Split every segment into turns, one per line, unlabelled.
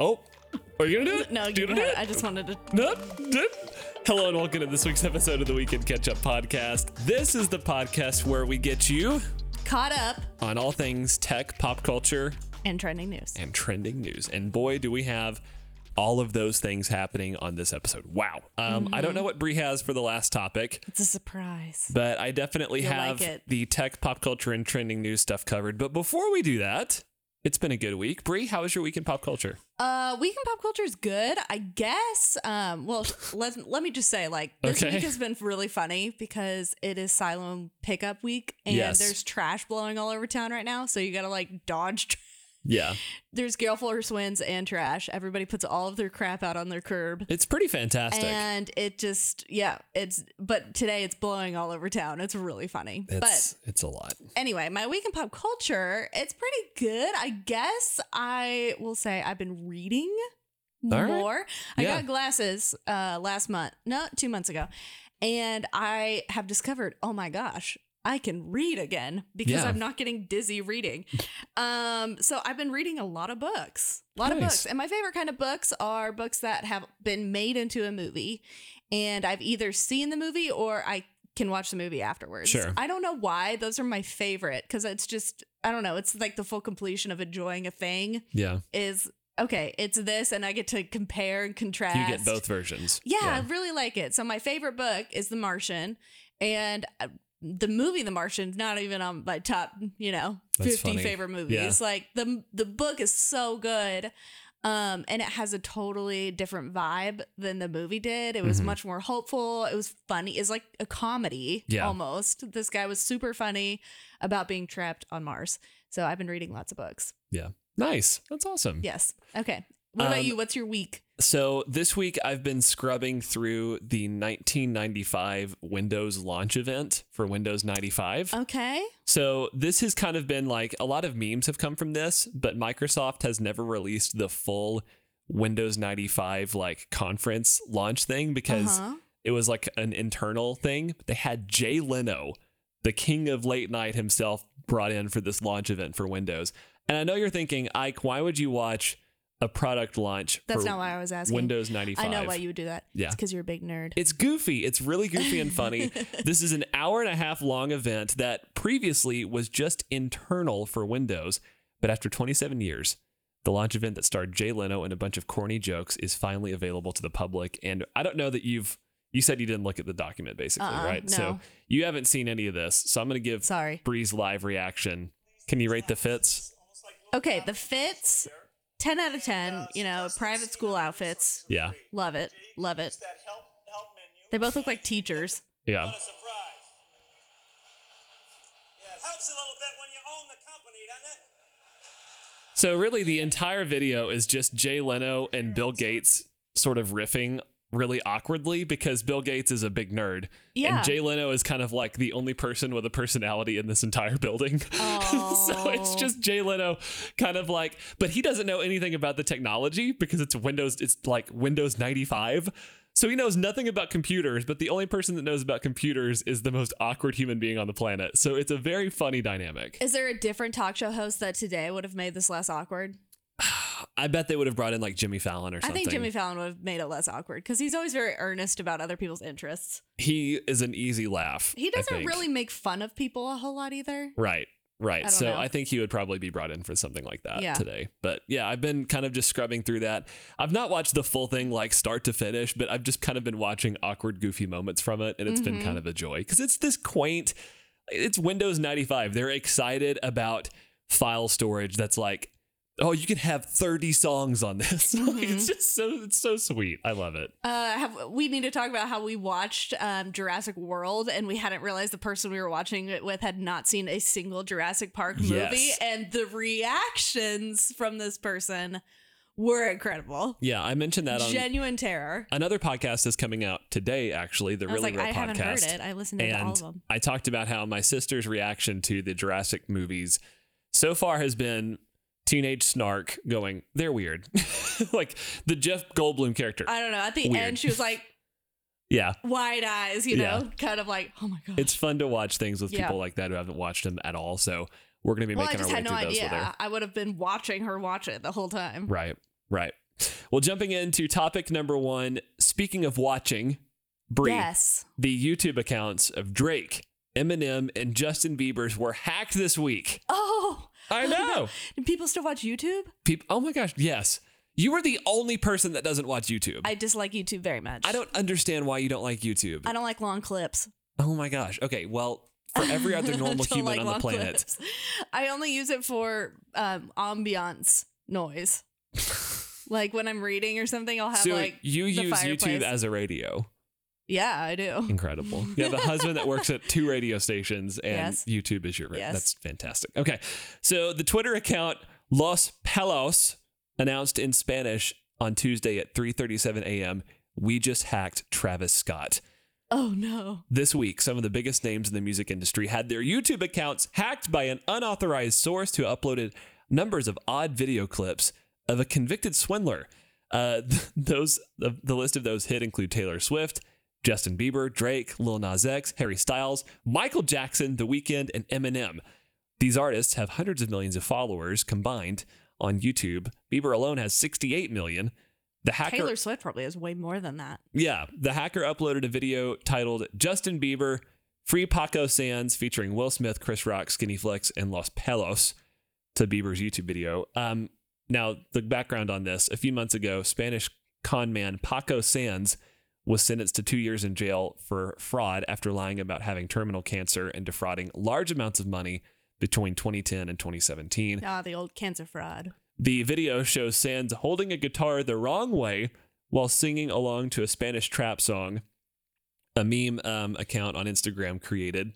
Oh, are you gonna do it?
No, you
gonna
can
do
have it.
it?
I just wanted to.
Nope, nope. Hello and welcome to this week's episode of the Weekend Catch Up Podcast. This is the podcast where we get you
Caught up
on all things tech, pop culture,
and trending news.
and trending news. And boy, do we have all of those things happening on this episode. Wow. Um, I
Mm-hmm.
don't know what Brie has for the last topic,
It's a surprise.
but I definitely
You'll
have
like it.
the tech, pop culture, and trending news stuff covered. But before we do that, it's been a good week. Brie, how was your week in pop culture?
Uh, weekend pop culture is good, I guess. Um, well, let let me just say, like, this
Okay.
week has been really funny because it is Asylum pickup week, and
Yes.
there's trash blowing all over town right now. So you gotta like dodge. Tra-
Yeah.
there's gale force winds and trash. Everybody puts all of their crap out on their curb.
It's pretty fantastic.
And it just, yeah, it's, but today it's blowing all over town. It's really funny. but
it's, it's a lot.
anyway, my week in pop culture, it's pretty good. I guess I will say I've been reading
All right.
more. I
Yeah.
got glasses uh last month. No, 2 months ago. And I have discovered, oh my gosh, I can read again because
Yeah.
I'm not getting dizzy reading. um so I've been reading a lot of books. A lot of
Nice.
books. And my favorite kind of books are books that have been made into a movie and I've either seen the movie or I can watch the movie afterwards.
Sure.
I don't know why those are my favorite because it's just I don't know. It's like the full completion of enjoying a thing
Yeah.
is okay. It's this, and I get to compare and contrast.
You get both versions.
Yeah, I really like it. So my favorite book is The Martian, and uh, the movie The Martian's not even on my top, you know,
That's
fifty
funny.
favorite movies.
Yeah.
Like the the book is so good. Um, and it has a totally different vibe than the movie did. It was
Mhm.
much more hopeful. It was funny. It's like a comedy
Yeah.
almost. This guy was super funny about being trapped on Mars. So I've been reading lots of books.
Nice. That's awesome.
Yes. Okay. What about
Mm. Um,
you? What's your week?
So this week I've been scrubbing through the 1995 Windows launch event for Windows 95.
Okay.
So this has kind of been like a lot of memes have come from this, but Microsoft has never released the full Windows 95 like conference launch thing because
Uh-huh.
it was like an internal thing. They had Jay Leno, the king of late night himself, brought in for this launch event for Windows. And I know you're thinking, Ike, why would you watch a product launch?
That's
for
not why I was asking.
Windows 95.
I know why you would do that.
Yeah.
It's because you're a big nerd.
It's goofy. It's really goofy and funny. this is an hour and a half long event that previously was just internal for Windows, but after 27 years, the launch event that starred Jay Leno and a bunch of corny jokes is finally available to the public. And I don't know that you've you said you didn't look at the document basically,
Uh-uh,
right?
no.
So you haven't seen any of this. So I'm going to give
Sorry.
Bree's live reaction. Can you rate the fits?
Okay. The fits, 10 out of 10. You know, private school outfits.
Yeah.
Love it. Love it.
that help help menu.
They both look like teachers.
Yeah.
What a surprise. Yeah, it helps a little bit when you own the company, doesn't it?
So really, the entire video is just Jay Leno and Bill Gates sort of riffing really awkwardly because Bill Gates is a big nerd,
Yeah.
and Jay Leno is kind of like the only person with a personality in this entire building. so it's
Oh.
just Jay Leno, kind of like, but he doesn't know anything about the technology because it's Windows. It's like Windows ninety five. So he knows nothing about computers, but the only person that knows about computers is the most awkward human being on the planet. So it's a very funny dynamic.
Is there a different talk show host that today would have made this less awkward?
I bet they would have brought in like Jimmy Fallon or
I
something.
think Jimmy Fallon would have made it less awkward because he's always very earnest about other people's interests.
he is an easy laugh.
He
I
doesn't
think.
really make fun of people a whole lot either.
Right. Right.
I don't
so
know.
I think he would probably be brought in for something like that
Yeah.
today. But yeah, I've been kind of just scrubbing through that. I've not watched the full thing like start to finish, but I've just kind of been watching awkward, goofy moments from it. And it's been
Mhm.
kind of a joy because it's this quaint, it's Windows 95. They're excited about file storage that's like, oh, you could have 30 songs on this. like,
Mm-hmm.
it's just so, it's so sweet. I love it.
Uh, have, we need to talk about how we watched um, Jurassic World and we hadn't realized the person we were watching it with had not seen a single Jurassic Park movie,
Yes.
and the reactions from this person were incredible.
Yeah. I mentioned that on.
Genuine terror.
Another podcast is coming out today, actually, the
I was
Really Real
like, I
podcast.
haven't heard it. I listened to all of them.
and I talked about how my sister's reaction to the Jurassic movies so far has been teenage snark going, they're weird. like the Jeff Goldblum character.
I don't know. At the
Weird.
end, she was like
yeah.
wide eyes, you know,
Yeah.
kind of like, oh my god.
It's fun to watch things with
Yeah.
people like that who haven't watched them at all. So we're going to be
well, I
making
just
our way
had no
through those with her.
idea. I would have been watching her watch it the whole time.
Right. Right. Well, jumping into topic number one, speaking of watching, Bree,
Yes.
the YouTube accounts of Drake, Eminem, and Justin Bieber's were hacked this week.
Oh,
I know.
do people still watch YouTube?
People, oh my gosh, yes. You are the only person that doesn't watch YouTube. I,
I dislike YouTube very much.
don't understand why you don't like YouTube.
I don't like long clips.
oh my gosh. Okay, well, for every other normal
Don't
human
like
on the
long
planet.
clips. I only use it for um, ambiance noise. like when I'm reading or something, I'll have
So
like
you
the
use
fireplace.
YouTube as a radio.
yeah, I do.
Incredible. Yeah, the husband that works at two radio stations and
Yes.
YouTube is your
Yes.
That's fantastic. Okay. So the Twitter account Los Palos announced in Spanish on Tuesday at 3:37 a.m. We just hacked Travis Scott.
Oh no.
This week, some of the biggest names in the music industry had their YouTube accounts hacked by an unauthorized source who uploaded numbers of odd video clips of a convicted swindler. Uh, those the, the list of those hit include Taylor Swift, Justin Bieber, Drake, Lil Nas X, Harry Styles, Michael Jackson, The Weeknd, and Eminem. These artists have hundreds of millions of followers combined on YouTube. Bieber alone has 68 million. The hacker
Taylor Swift probably has way more than that.
yeah, the hacker uploaded a video titled Justin Bieber Free Paco Sands featuring Will Smith, Chris Rock, Skinny Flex, and Los Pelos to Bieber's YouTube video. Um, now, the background on this a few months ago, Spanish con man Paco Sands was sentenced to two years in jail for fraud after lying about having terminal cancer and defrauding large amounts of money between 2010 and 2017.
Ah, the old cancer fraud.
The video shows Sands holding a guitar the wrong way while singing along to a Spanish trap song, a meme um, account on Instagram created.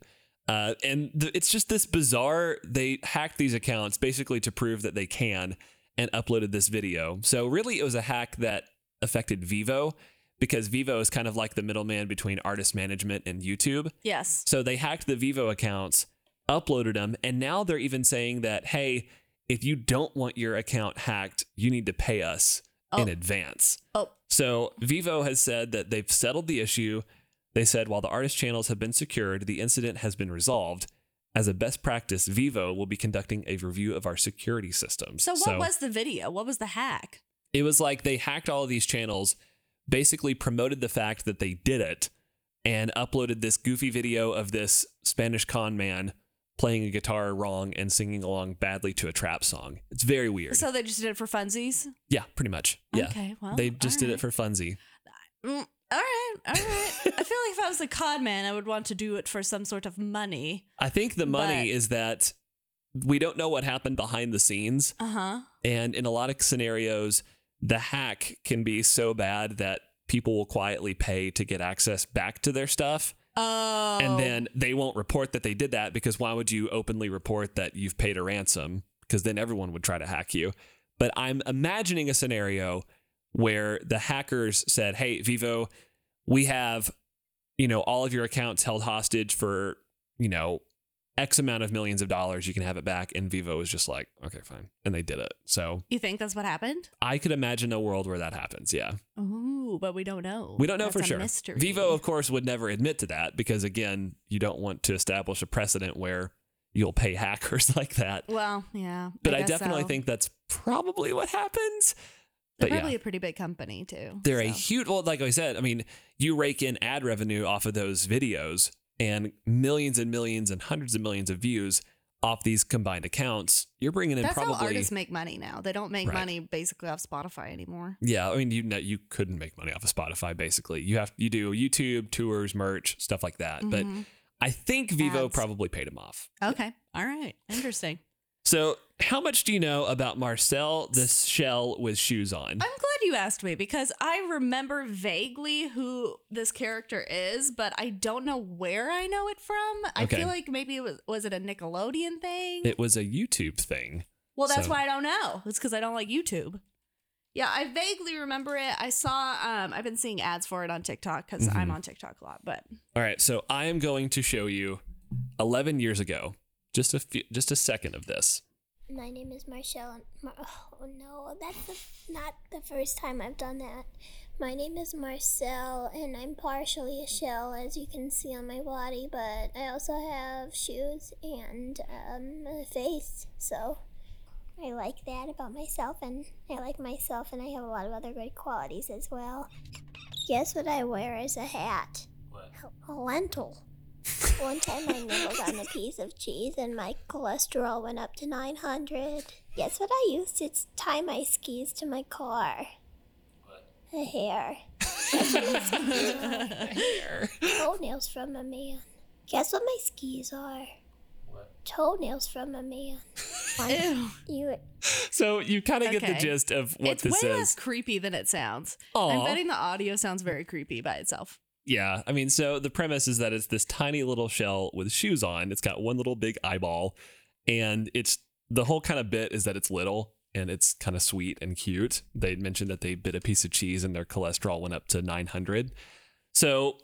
Uh, and the, it's just this bizarre, they hacked these accounts basically to prove that they can and uploaded this video. So, really, it was a hack that affected Vivo because Vivo is kind of like the middleman between artist management and YouTube.
Yes.
So they hacked the Vivo accounts, uploaded them, and now they're even saying that, hey, if you don't want your account hacked, you need to pay us in
Oh.
advance.
Oh.
So Vivo has said that they've settled the issue. They said while the artist channels have been secured, the incident has been resolved. As a best practice, Vivo will be conducting a review of our security systems.
So what was the video? What was the hack?
It was like they hacked all of these channels, basically promoted the fact that they did it, and uploaded this goofy video of this Spanish con man playing a guitar wrong and singing along badly to a trap song. It's very weird.
So they just did it for funsies.
yeah, pretty much. Yeah.
Okay. Well,
they just
all
did
right.
it for funsies.
Mm, all right, all right. I feel like if I was a con man, I would want to do it for some sort of money.
I think the money
But-
is that we don't know what happened behind the scenes.
Uh huh.
And in a lot of scenarios, the hack can be so bad that people will quietly pay to get access back to their stuff.
Oh.
and then they won't report that they did that because why would you openly report that you've paid a ransom because then everyone would try to hack you but i'm imagining a scenario where the hackers said hey vivo we have you know all of your accounts held hostage for you know x amount of millions of dollars you can have it back and vivo was just like okay fine and they did it so
you think that's what happened?
i could imagine a world where that happens yeah
Ooh, but we don't know.
we don't know
That's
for
a
sure.
Mystery.
Vivo, of course, would never admit to that because, again, you don't want to establish a precedent where you'll pay hackers like that.
Well, yeah.
But I,
guess
definitely
so.
think that's probably what happens. but
they're
yeah.
probably a pretty big company too.
They're a
so.
huge, well, like I said, I mean, you rake in ad revenue off of those videos and millions and millions and hundreds of millions of views off these combined accounts. You're bringing in
That's how
probably.
artists make money now. They don't make
Right.
money basically off Spotify anymore.
Yeah, I mean, you know, you couldn't make money off of Spotify. Basically, you have you do YouTube tours, merch, stuff like that. But
Mhm.
I think Vivo
Ads.
probably paid him off.
okay, all right, interesting.
So, how much do you know about Marcel the Shell with shoes on?
I'm glad you asked me because I remember vaguely who this character is, but I don't know where I know it from. I
Okay.
feel like maybe it was was it a Nickelodeon thing?
It was a YouTube thing.
well, that's
so-
why I don't know. It's because I don't like YouTube. Yeah, I vaguely remember it. I saw um I've been seeing ads for it on TikTok because
Mm-hmm.
I'm on TikTok a lot, but
All right, so I am going to show you 11 years ago. Just a few, just a second of this.
My name is Marshall. And Mar- oh no, that's the, not the first time I've done that. My name is Marcel, and I'm partially a shell, as you can see on my body, but I also have shoes and um, a face, so I like that about myself, and I like myself, and I have a lot of other good qualities as well. Guess what I wear as a hat?
What?
A lentil. One time I nibbled on a piece of cheese, and my cholesterol went up to 900. Guess what I used to tie my skis to my car? A hair. Toenails from a man. Guess what my skis are? What? Toenails from a man.
Ew.
You
So you kind of get the
Okay.
gist of what
it's way
this
less
is.
creepy than it sounds.
Aw.
I'm betting the audio sounds very creepy by itself.
Yeah, I mean, so the premise is that it's this tiny little shell with shoes on. It's got one little big eyeball, and it's the whole kind of bit is that it's little and it's kind of sweet and cute. They had mentioned that they bit a piece of cheese and their cholesterol went up to 900. So,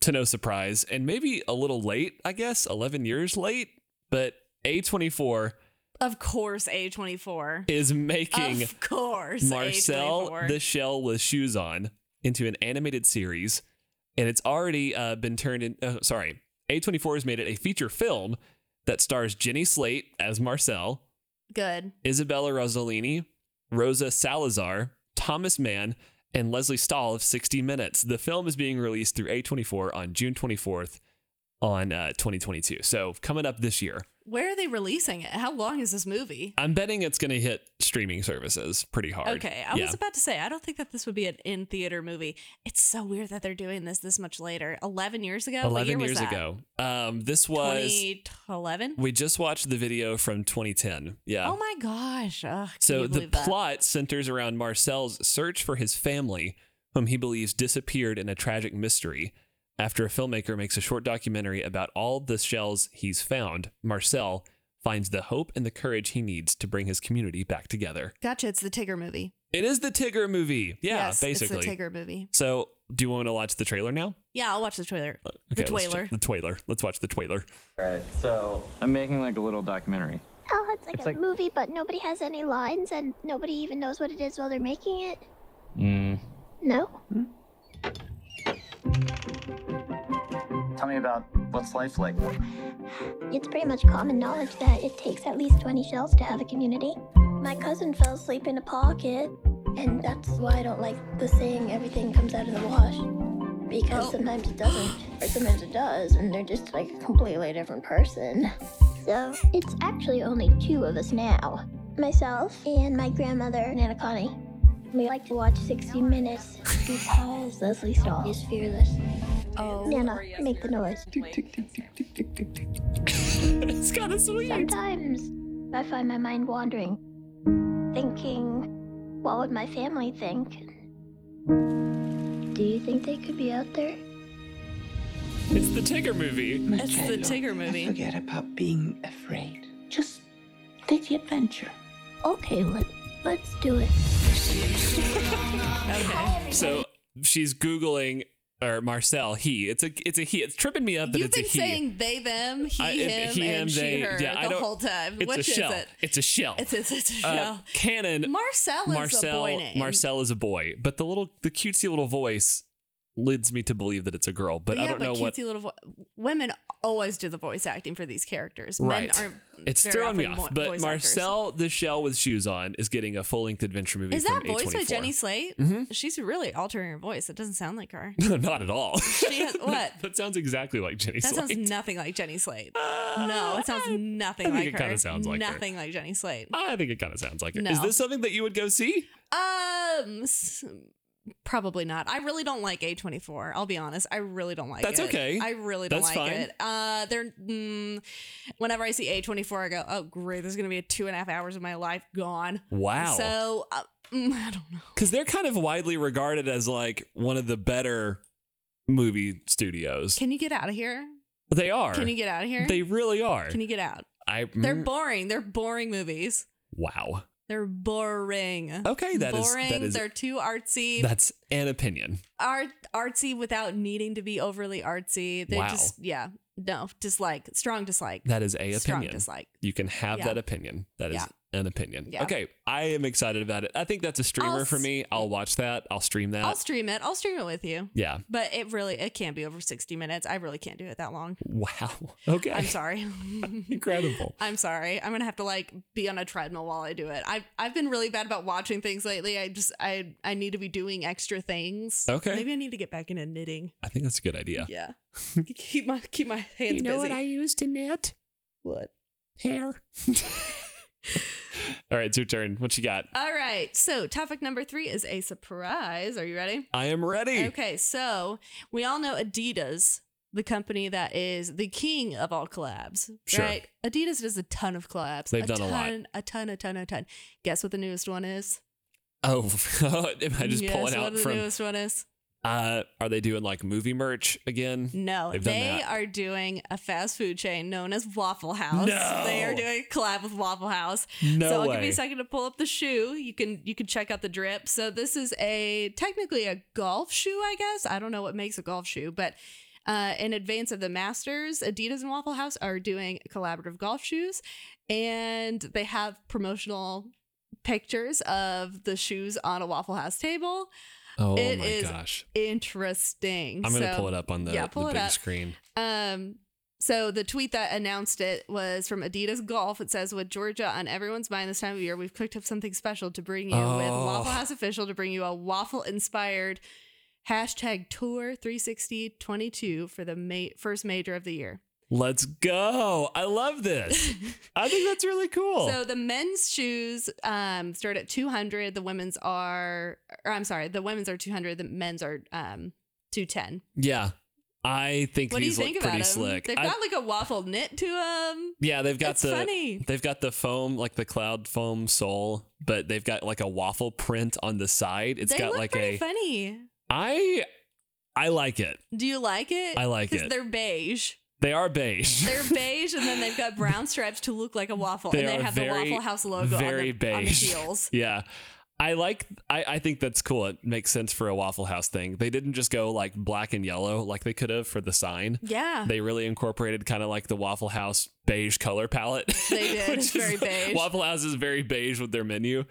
to no surprise, and maybe a little late, I guess, 11 years late, but A24
Of course, A24.
is making
Of course,
Marcel
A24.
the Shell with Shoes On into an animated series, and it's already uh, been turned in. Uh, sorry, A24 has made it a feature film that stars Jenny Slate as Marcel,
Good.
Isabella Rossellini, Rosa Salazar, Thomas Mann, and Leslie Stahl of 60 Minutes. The film is being released through A24 on June 24th on uh, 2022. So coming up this year.
Where are they releasing it? How long is this movie?
I'm betting it's going to hit streaming services pretty hard.
Okay, I was about to say I don't think that this would be an in theater movie. It's so weird that they're doing this this much later. Eleven years ago. Oh, What
11
year
years
was that?
ago. Um, this was
2011.
we just watched the video from 2010. Yeah.
Oh my gosh. Ugh, can
so the
you believe that?
plot centers around Marcel's search for his family, whom he believes disappeared in a tragic mystery. After a filmmaker makes a short documentary about all the shells he's found, Marcel finds the hope and the courage he needs to bring his community back together.
Gotcha. It's the Tigger movie.
It is the Tigger movie. Yeah,
Yes,
basically.
It's the Tigger movie.
so, do you want to watch the trailer now?
Yeah, I'll watch the trailer.
Okay,
the
let's
trailer.
check- The trailer. Let's watch the trailer.
Right, so I'm making like a little documentary.
Oh, it's like
It's
a
like-
movie, but nobody has any lines and nobody even knows what it is while they're making it?
Mm.
No?
Tell me about what's life like.
It's pretty much common knowledge that it takes at least 20 shells to have a community. My cousin fell asleep in a pocket, and that's why I don't like the saying everything comes out of the wash. Because
Oh.
sometimes it doesn't, or sometimes it does, and they're just like a completely different person. So it's actually only two of us now myself and my grandmother, Nana Connie. We like to watch 60 Minutes because Leslie Stahl is fearless.
Oh,
Nana, make the noise.
it's kind of sweet.
Sometimes I find my mind wandering, thinking, what would my family think? Do you think they could be out there?
It's the Tigger movie.
My
It's the
child,
Tigger
never
movie.
Forget about being afraid. Just take the adventure.
Okay, let, let's do it.
okay.
So she's googling or Marcel he. It's a it's a he. It's tripping me up that
You've
it's a
been
he.
saying they, them, he,
I-
him,
it- he, him,
and
they-
she, her
yeah, I
the
don't-
whole time.
it's
Which
a shell.
is it?
It's a shell.
It's a, it's a
Uh,
shell.
Canon.
Marcel is
Marcel.
a boy name.
Marcel is a boy, but the little the cutesy little voice leads me to believe that it's a girl. But
yeah,
I don't
but
know what.
cutesy little vo- women always do the voice acting for these characters. Men
Right.
aren't
It's
very
throwing me
often
off.
vo-
But
voice actors.
Marcel, the shell with shoes on, is getting a full length adventure movie.
Is that
from
voiced by
A24.
Jenny Slate?
Mhm.
She's really altering her voice. It doesn't sound like her.
No, not at all.
She has, what?
that sounds exactly like Jenny
That
Slate. Uh,
sounds nothing like Jenny Slate. No, it sounds nothing
I think
like
it
her.
kinda sounds like her.
nothing like Jenny Slate.
I think it kind of sounds like it. Is
No.
this something that you would go see?
Um, s- probably not. I really don't like A24. I'll be honest. I really don't like
That's
it.
okay.
I really don't
That's
like
fine.
it. Uh, they're mm, whenever I see A24, I go, oh great, there's gonna be a two and a half hours of my life gone.
Wow.
So uh, mm, I don't know.
because they're kind of widely regarded as like one of the better movie studios.
Can you get out of here?
they are.
Can you get out of here?
They really are.
Can you get out?
I.
They're
mm,
boring. They're boring movies.
wow.
They're boring.
Okay, that is
boring.
that is
They're too artsy.
that's an opinion.
art artsy without needing to be overly artsy. They
Wow.
just yeah. No, dislike. Strong dislike.
That is a
Strong
opinion.
dislike.
You can have
Yeah.
that opinion. That is
Yeah.
an opinion.
Yeah.
Okay, I am excited about it. I think that's a streamer
I'll
for me. I'll watch that. I'll stream that.
I'll stream it. I'll stream it with you.
yeah.
But it really it can't be over 60 minutes. I really can't do it that long.
Wow. Okay.
I'm sorry.
Incredible.
I'm sorry. I'm gonna have to like be on a treadmill while I do it. I've I've been really bad about watching things lately. I just I I need to be doing extra things.
Okay.
Maybe I need to get back into knitting.
I think that's a good idea.
Yeah. keep my keep my hands busy.
use to knit?
What?
Hair. All right, it's your turn. What you got?
All right. So topic number three is a surprise. Are you ready?
I am ready.
Okay, so we all know Adidas, the company that is the king of all collabs,
Sure.
right? Adidas does a ton of collabs.
They've
a
done a
ton,
lot.
A ton, a ton, a ton. Guess what the newest one is?
Oh, am I just
Guess
pulling
what
out
the
from?
newest one is?
Uh, are they doing like movie merch again?
No,
They've done
they
that.
are doing a fast food chain known as Waffle House.
No.
They are doing a collab with Waffle House.
No
so I'll
way.
give you a second to pull up the shoe. You can you can check out the drip. So this is a technically a golf shoe, I guess. I don't know what makes a golf shoe, but uh, in advance of the Masters, Adidas and Waffle House are doing collaborative golf shoes, and they have promotional pictures of the shoes on a Waffle House table.
oh
It
my
is-
gosh!
Interesting.
I'm gonna
So-
pull it up on the,
yeah,
the
pull it
big
up.
screen.
Um, so the tweet that announced it was from Adidas Golf. It says, "With Georgia on everyone's mind this time of year, we've cooked up something special to bring you with
Oh.
Waffle House official to bring you a waffle-inspired hashtag tour 36022 for the ma- first major of the year."
Let's go! I love this. I think that's really cool.
So the men's shoes um, start at 200. The women's are, or I'm sorry, the women's are 200. The men's are um, 210.
yeah, I think
What do you
these
think
look
about
pretty
them?
slick.
They've
I-
got like a waffle knit to them.
yeah, they've got
That's
the
funny.
they've got the foam like the cloud foam sole, but they've got like a waffle print on the side. It's
they
got
look
like
pretty
a
funny.
I I like it.
Do you like it?
I like
'Cause
it.
They're beige.
They are beige.
They're beige, and then they've got brown stripes to look like a waffle,
They
and
are
they have
very,
the Waffle House logo
very
on, the, on the
beige.
heels.
Yeah. I like I, I think that's cool. It makes sense for a Waffle House thing. They didn't just go like black and yellow like they could have for the sign.
Yeah,
They really incorporated kind of like the Waffle House beige color palette.
They did.
which
It's
is-
very beige.
Waffle House is very beige with their menu.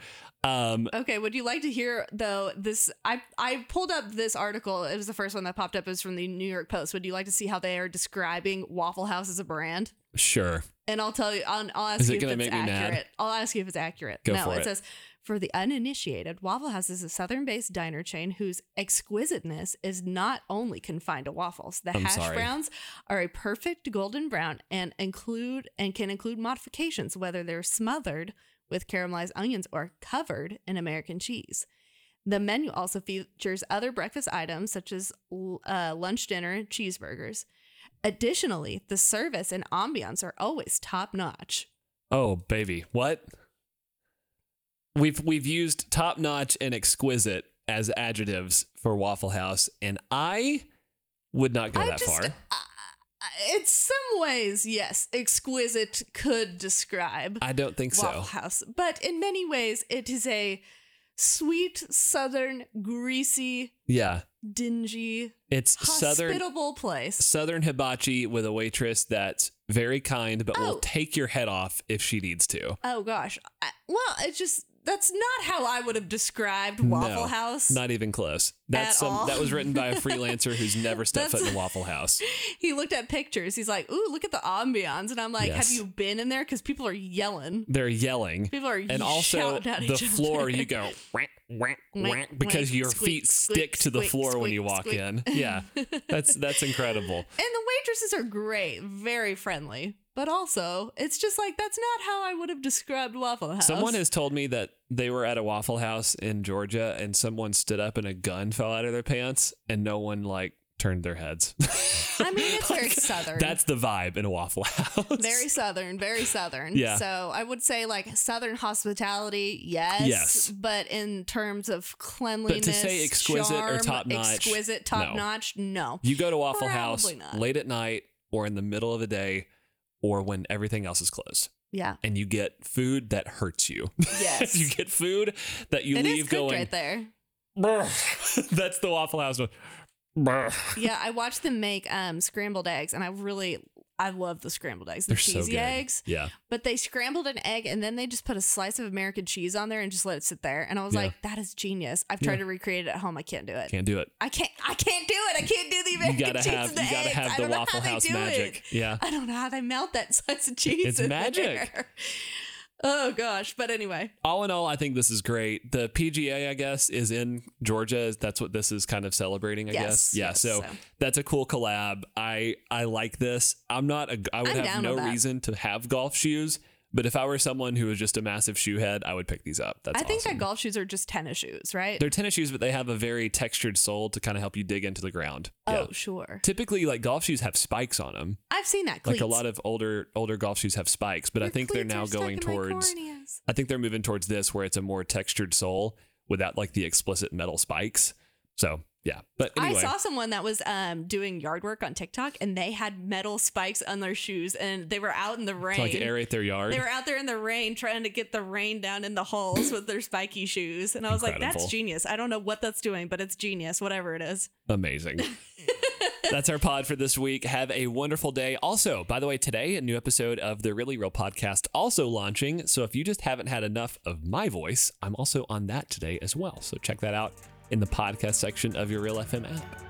Um
Okay, would you like to hear though this I I pulled up this article. It was the first one that popped up. It was from the New York Post. Would you like to see how they are describing Waffle House as a brand?
sure.
And I'll tell you I'll, I'll ask
Is it
you if
gonna
it's
make me mad?
accurate. I'll ask you if it's accurate.
Go
no,
for
it,
it.
says for the uninitiated, Waffle House is a southern-based diner chain whose exquisiteness is not only confined to waffles. The
I'm
hash
sorry.
browns are a perfect golden brown and include and can include modifications whether they're smothered with caramelized onions or covered in American cheese. The menu also features other breakfast items such as l- uh, lunch, dinner, and cheeseburgers. Additionally, the service and ambiance are always top notch.
Oh, baby. What? We've we've used top notch and exquisite as adjectives for Waffle House, and I would not go
I
that
just,
far.
uh, in some ways, yes, exquisite could describe
I don't think
Waffle
so.
House, but in many ways, it is a sweet, southern, greasy,
Yeah.
dingy,
It's southern
hospitable place.
southern hibachi with a waitress that's very kind but will
Oh.
take your head off if she needs to.
Oh gosh, I, well, it's just that's not how I would have described Waffle
No,
House.
Not even close. That's
At
some
all.
that was written by a freelancer who's never stepped foot
That's-
in a Waffle House.
he looked at pictures. He's like, "Ooh, look at the ambiance," and I'm like,
Yes.
"Have you been in there? Because people are yelling.
They're yelling.
People are
and also
shouting at
the
each other.
floor you go whack, whack,
Whack,
whack, because
whack,
your
squeak,
feet
squeak,
stick to the
squeak,
floor when
squeak,
you walk
squeak.
in yeah that's that's incredible
And the waitresses are great, very friendly, but also it's just like that's not how I would have described Waffle House.
someone has told me that they were at a waffle house in georgia and someone stood up and a gun fell out of their pants and no one like turned their heads
I mean, it's very southern.
that's the vibe in a waffle house
very southern, very southern.
Yeah.
So I would say like southern hospitality, yes.
Yes.
But in terms of cleanliness,
exquisite or
charm,
top-notch,
exquisite, top notch, no.
you go to waffle house
Probably not.
late at night or in the middle of the day or when everything else is closed
Yeah.
and you get food that hurts you
Yes.
you get food that you
It is
leave
cooked
going
right there.
"Brr." That's the Waffle House one. Brr.
yeah, I watched them make um scrambled eggs, and I really I love the scrambled eggs, the
They're so
cheesy
good.
eggs.
Yeah.
But they scrambled an egg and then they just put a slice of American cheese on there and just let it sit there. And I was
Yeah.
like, that is genius. I've tried
Yeah.
to recreate it at home. I can't do it.
Can't do it.
I can't. I can't do it. I can't do the
You
American
gotta
cheese
have you
and the
gotta
eggs. I
have the
don't know
Waffle
how they
House
do
magic.
It.
Yeah.
I don't know how they melt that slice of cheese.
It's
in
magic.
there. Oh gosh. But anyway,
All in all, I think this is great. The PGA, I guess, is in Georgia. That's what this is kind of celebrating, I
Yes,
guess. Yeah.
yes,
so,
so.
that's a cool collab. I I like this. I'm not a I would
I'm
have
down
no
with that.
reason to have golf shoes, but if I were someone who was just a massive shoe head, I would pick these up. That's
I think
awesome.
that golf shoes are just tennis shoes, right?
They're tennis shoes, but they have a very textured sole to kind of help you dig into the ground.
oh,
Yeah.
sure.
Typically, like golf shoes have spikes on them.
I've seen that.
Like
Cleats.
a lot of older older golf shoes have spikes, but I
Your
think they're
cleats are
now
stuck
going
in my
towards.
corneas.
I think they're moving towards this where it's a more textured sole without like the explicit metal spikes. So yeah, but anyway,
I saw someone that was um, doing yard work on TikTok, and they had metal spikes on their shoes, and they were out in the rain.
to like aerate their yard.
They were out there in the rain trying to get the rain down in the holes with their spiky shoes. And I was like, that's
Incredible.
genius. I don't know what that's doing, but it's genius, whatever it is.
Amazing. That's our pod for this week. Have a wonderful day. Also, by the way, today, a new episode of the Really Real podcast also launching. So if you just haven't had enough of my voice, I'm also on that today as well. So check that out in the podcast section of your Real FM app.